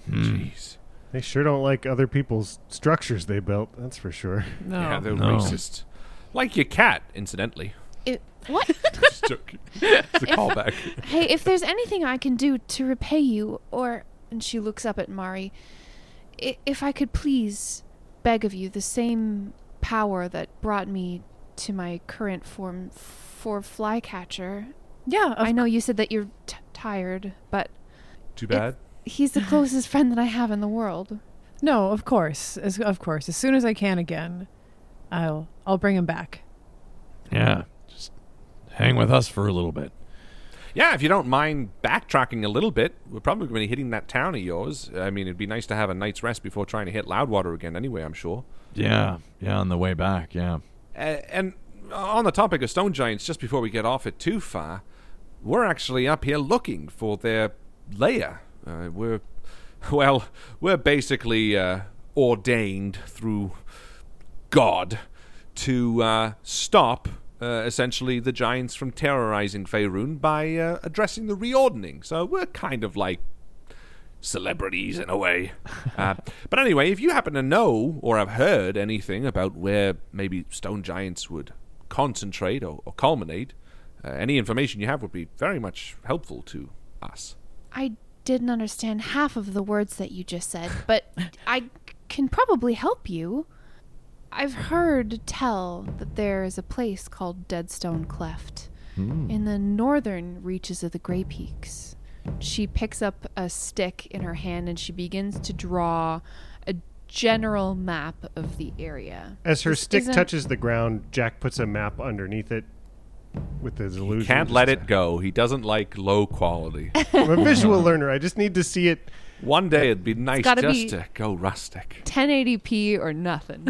Speaker 7: Jeez. They sure don't like other people's structures they built, that's for sure.
Speaker 8: No.
Speaker 7: Oh,
Speaker 8: Yeah,
Speaker 4: they're No. racist. Like your cat, incidentally.
Speaker 8: It, what?
Speaker 4: Just joking. It's a callback.
Speaker 8: hey, if there's anything I can do to repay you, or. And she looks up at Mari. I- if I could please beg of you the same power that brought me to my current form for Flycatcher.
Speaker 6: Yeah.
Speaker 8: I know you said that you're t- tired, but.
Speaker 4: Too
Speaker 8: it-
Speaker 4: bad?
Speaker 8: he's the closest friend that I have in the world.
Speaker 6: No, of course, as, of course. As soon as I can again, I'll I'll bring him back.
Speaker 5: Yeah, just hang with us for a little bit.
Speaker 4: Yeah, if you don't mind backtracking a little bit, we're probably going to be hitting that town of yours. I mean, it'd be nice to have a night's rest before trying to hit Loudwater again, anyway, I'm sure.
Speaker 5: Yeah, yeah, on the way back. Yeah.
Speaker 4: Uh, and on the topic of stone giants, just before we get off it too far, we're actually up here looking for their lair. Uh, we're, well, we're basically uh, ordained through God to uh, stop. Uh, essentially, the giants from terrorizing Faerun by uh, addressing the reordening. So we're kind of like celebrities in a way. Uh, but anyway, if you happen to know or have heard anything about where maybe stone giants would concentrate or, or culminate, uh, any information you have would be very much helpful to us.
Speaker 8: I didn't understand half of the words that you just said, but I c- can probably help you. I've heard tell that there is a place called Deadstone Cleft
Speaker 13: Hmm.
Speaker 8: in the northern reaches of the Grey Peaks. She picks up a stick in her hand and she begins to draw a general map of the area.
Speaker 7: As her
Speaker 8: This
Speaker 7: stick
Speaker 8: isn't-
Speaker 7: touches the ground, Jack puts a map underneath it with his illusion.
Speaker 4: Can't let it go. He doesn't like low quality.
Speaker 7: I'm a visual learner. I just need to see it.
Speaker 4: One day it'd be nice
Speaker 8: gotta
Speaker 4: just
Speaker 8: be-
Speaker 4: to go rustic.
Speaker 8: 1080p or nothing.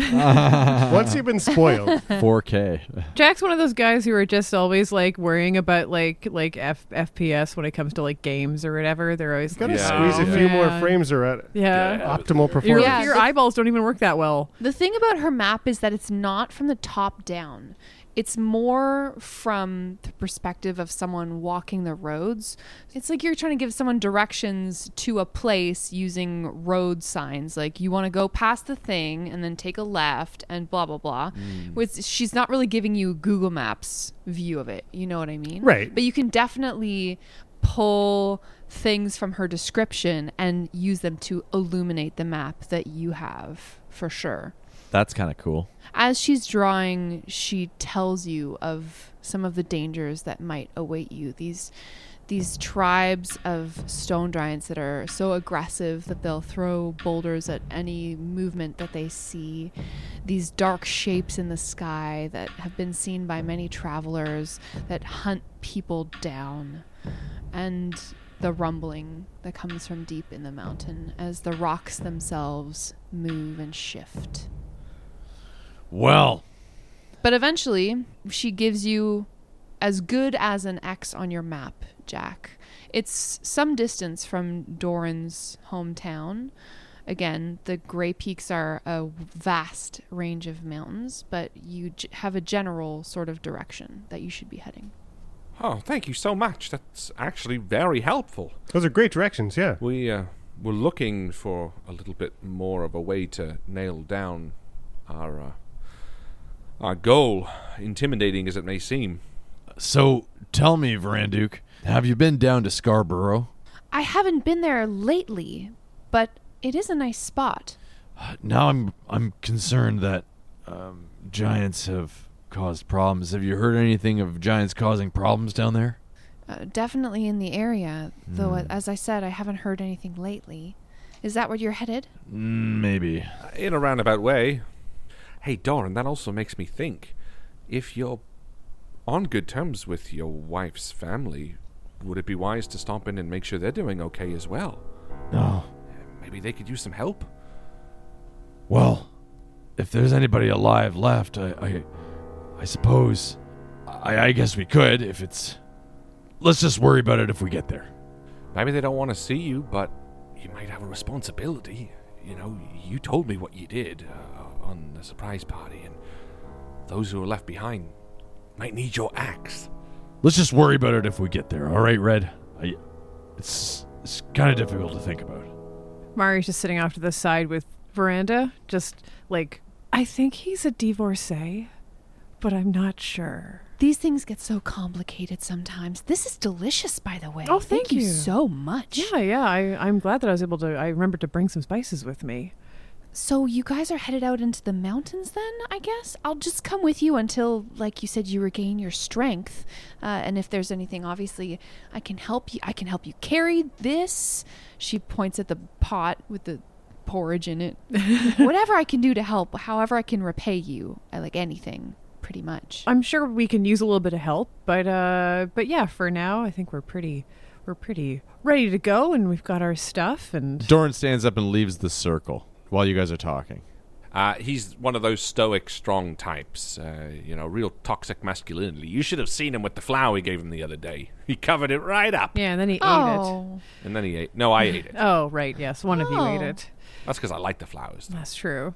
Speaker 7: Once you've been spoiled.
Speaker 12: 4K.
Speaker 6: Jack's one of those guys who are just always like worrying about like like F- FPS when it comes to like games or whatever. They're always
Speaker 7: Gotta
Speaker 6: like,
Speaker 7: squeeze a
Speaker 6: "Oh,
Speaker 7: few more
Speaker 6: man."
Speaker 7: frames or at
Speaker 6: Yeah. Yeah.
Speaker 7: optimal
Speaker 6: Your,
Speaker 7: performance.
Speaker 6: yeah, your eyeballs don't even work that well.
Speaker 8: The thing about her map is that it's not from the top down. It's more from the perspective of someone walking the roads. It's like you're trying to give someone directions to a place using road signs. Like you want to go past the thing and then take a left and blah blah blah.
Speaker 13: Mm.
Speaker 8: Which she's not really giving you Google Maps view of it. You know what I mean?
Speaker 13: Right.
Speaker 8: But you can definitely pull things from her description and use them to illuminate the map that you have for sure.
Speaker 12: That's kind of cool.
Speaker 8: As she's drawing, she tells you of some of the dangers that might await you. These these tribes of stone giants that are so aggressive that they'll throw boulders at any movement that they see. These dark shapes in the sky that have been seen by many travelers that hunt people down. And the rumbling that comes from deep in the mountain as the rocks themselves move and shift.
Speaker 5: Well,
Speaker 8: But eventually, she gives you as good as an X on your map, Jack. It's some distance from Doran's hometown. Again, the Gray Peaks are a vast range of mountains, but you g- have a general sort of direction that you should be heading.
Speaker 4: Oh, thank you so much. That's actually very helpful.
Speaker 7: Those are great directions, yeah.
Speaker 4: We uh, were looking for a little bit more of a way to nail down our uh, our goal, intimidating as it may seem.
Speaker 5: so tell me, Veranduke, have you been down to Scarborough?
Speaker 8: I haven't been there lately, but it is a nice spot.
Speaker 5: Now I'm I'm concerned that um, giants have caused problems. Have you heard anything of giants causing problems down there?
Speaker 8: Uh, definitely in the area, though,
Speaker 12: Mm.
Speaker 8: as I said, I haven't heard anything lately. Is that where you're headed?
Speaker 12: Maybe.
Speaker 4: In a roundabout way. Hey, Doran, that also makes me think. If you're on good terms with your wife's family, would it be wise to stop in and make sure they're doing okay as well?
Speaker 5: No.
Speaker 4: Maybe they could use some help?
Speaker 5: Well, if there's anybody alive left, I, I, I suppose, I, I guess we could. If it's, let's just worry about it if we get there.
Speaker 4: Maybe they don't want to see you, but you might have a responsibility. You know, you told me what you did uh, on the surprise party, and those who are left behind might need your axe.
Speaker 5: Let's just worry about it if we get there. All right, Red. I, it's it's kind of difficult to think about.
Speaker 6: Mario's just sitting off to the side with Veranda, just like, I think he's a divorcee, but I'm not sure.
Speaker 8: These things get so complicated sometimes. This is delicious, by the way.
Speaker 6: Oh, thank,
Speaker 8: you. so much.
Speaker 6: Yeah, yeah. I, I'm glad that I was able to. I remembered to bring some spices with me.
Speaker 8: So you guys are headed out into the mountains then, I guess? I'll just come with you until, like you said, you regain your strength. Uh, and if there's anything, obviously, I can help you. I can help you carry this. She points at the pot with the porridge in it. Whatever I can do to help, however I can repay you, I like anything, pretty much.
Speaker 6: I'm sure we can use a little bit of help, but uh, but yeah, for now, I think we're pretty, we're pretty ready to go, and we've got our stuff. And
Speaker 12: Doran stands up and leaves the circle while you guys are talking.
Speaker 4: Uh, he's one of those stoic, strong types. Uh, you know, real toxic masculinity. You should have seen him with the flour we gave him the other day. He covered it right up.
Speaker 6: yeah, and then he
Speaker 8: Oh.
Speaker 4: And then he ate. No, I ate
Speaker 6: ate
Speaker 4: it.
Speaker 6: it. Oh, right, yes, one of you ate
Speaker 8: Oh.
Speaker 6: it.
Speaker 4: That's because I like the flowers.
Speaker 6: That's true.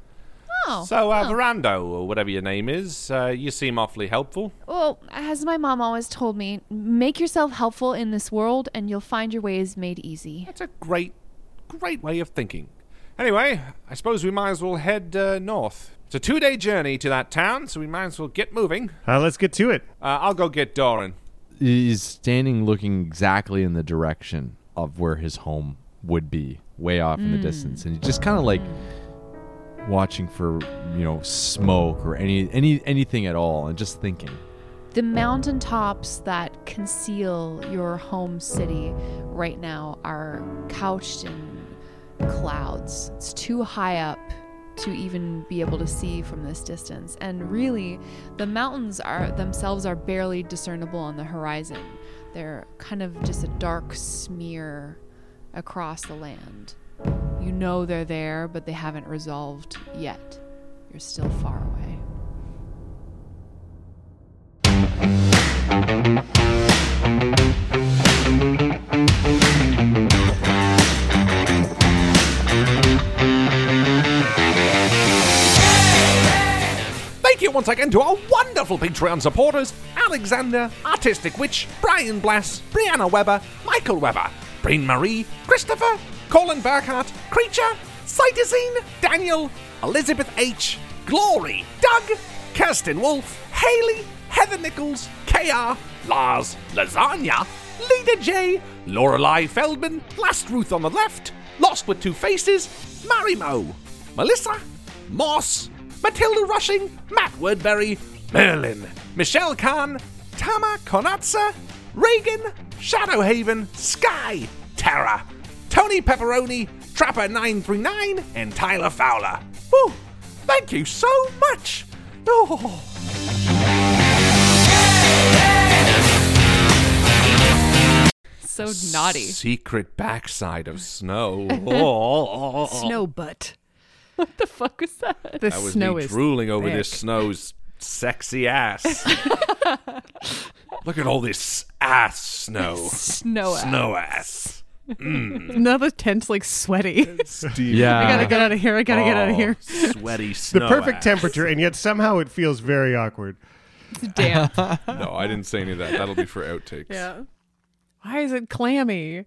Speaker 8: Oh.
Speaker 4: So, uh, Verando, or whatever your name is, uh, you seem awfully helpful.
Speaker 8: Well, as my mom always told me, make yourself helpful in this world and you'll find your ways made easy.
Speaker 4: That's a great, great way of thinking. Anyway, I suppose we might as well head uh, north. It's a two day journey to that town, so we might as well get moving.
Speaker 7: Uh, let's get to it.
Speaker 4: Uh, I'll go get Doran.
Speaker 12: He's standing looking exactly in the direction of where his home would be, way off in the
Speaker 5: Mm.
Speaker 12: distance. And he's just kind of like watching for, you know, smoke or any any anything at all and just thinking.
Speaker 8: The mountain tops that conceal your home city right now are couched in clouds. It's too high up to even be able to see from this distance. And really, the mountains are themselves are barely discernible on the horizon. They're kind of just a dark smear across the land. You know they're there, but they haven't resolved yet. You're still far away.
Speaker 4: Thank you once again to our wonderful Patreon supporters Alexander, Artistic Witch, Brian Blass, Brianna Weber, Michael Weber, Breen Marie, Christopher, Colin Burkhart, Creature, Cytosine, Daniel, Elizabeth H., Glory, Doug, Kirsten Wolf, Haley, Heather Nichols, KR, Lars, Lasagna, Leader J, Lorelei Feldman, Last Ruth on the left, Lost with Two Faces, Marimo, Melissa, Moss, Matilda Rushing, Matt Woodbury, Merlin, Michelle Kahn, Tama Konatsa, Reagan, Shadowhaven, Sky, Tara, Tony Pepperoni, Trapper939, and Tyler Fowler. Woo! Thank you so much! Oh.
Speaker 8: So naughty.
Speaker 4: Secret backside of snow. Oh.
Speaker 6: Snow butt.
Speaker 8: What the fuck was that?
Speaker 6: The
Speaker 4: that was
Speaker 6: snow
Speaker 4: me
Speaker 6: is
Speaker 4: drooling over this
Speaker 6: thick.
Speaker 4: snow's sexy ass. Look at all this ass snow.
Speaker 6: Snow ass.
Speaker 4: Snow ass. Mm.
Speaker 6: Now the tent's like sweaty.
Speaker 12: Yeah.
Speaker 6: I gotta get out of here. I gotta get out of
Speaker 4: Oh,
Speaker 6: here.
Speaker 4: Sweaty
Speaker 7: The
Speaker 4: snow.
Speaker 7: perfect
Speaker 4: ass.
Speaker 7: temperature, and yet somehow it feels very awkward.
Speaker 6: Damn.
Speaker 4: no, I didn't say any of that. That'll be for outtakes.
Speaker 6: yeah. Why is it clammy?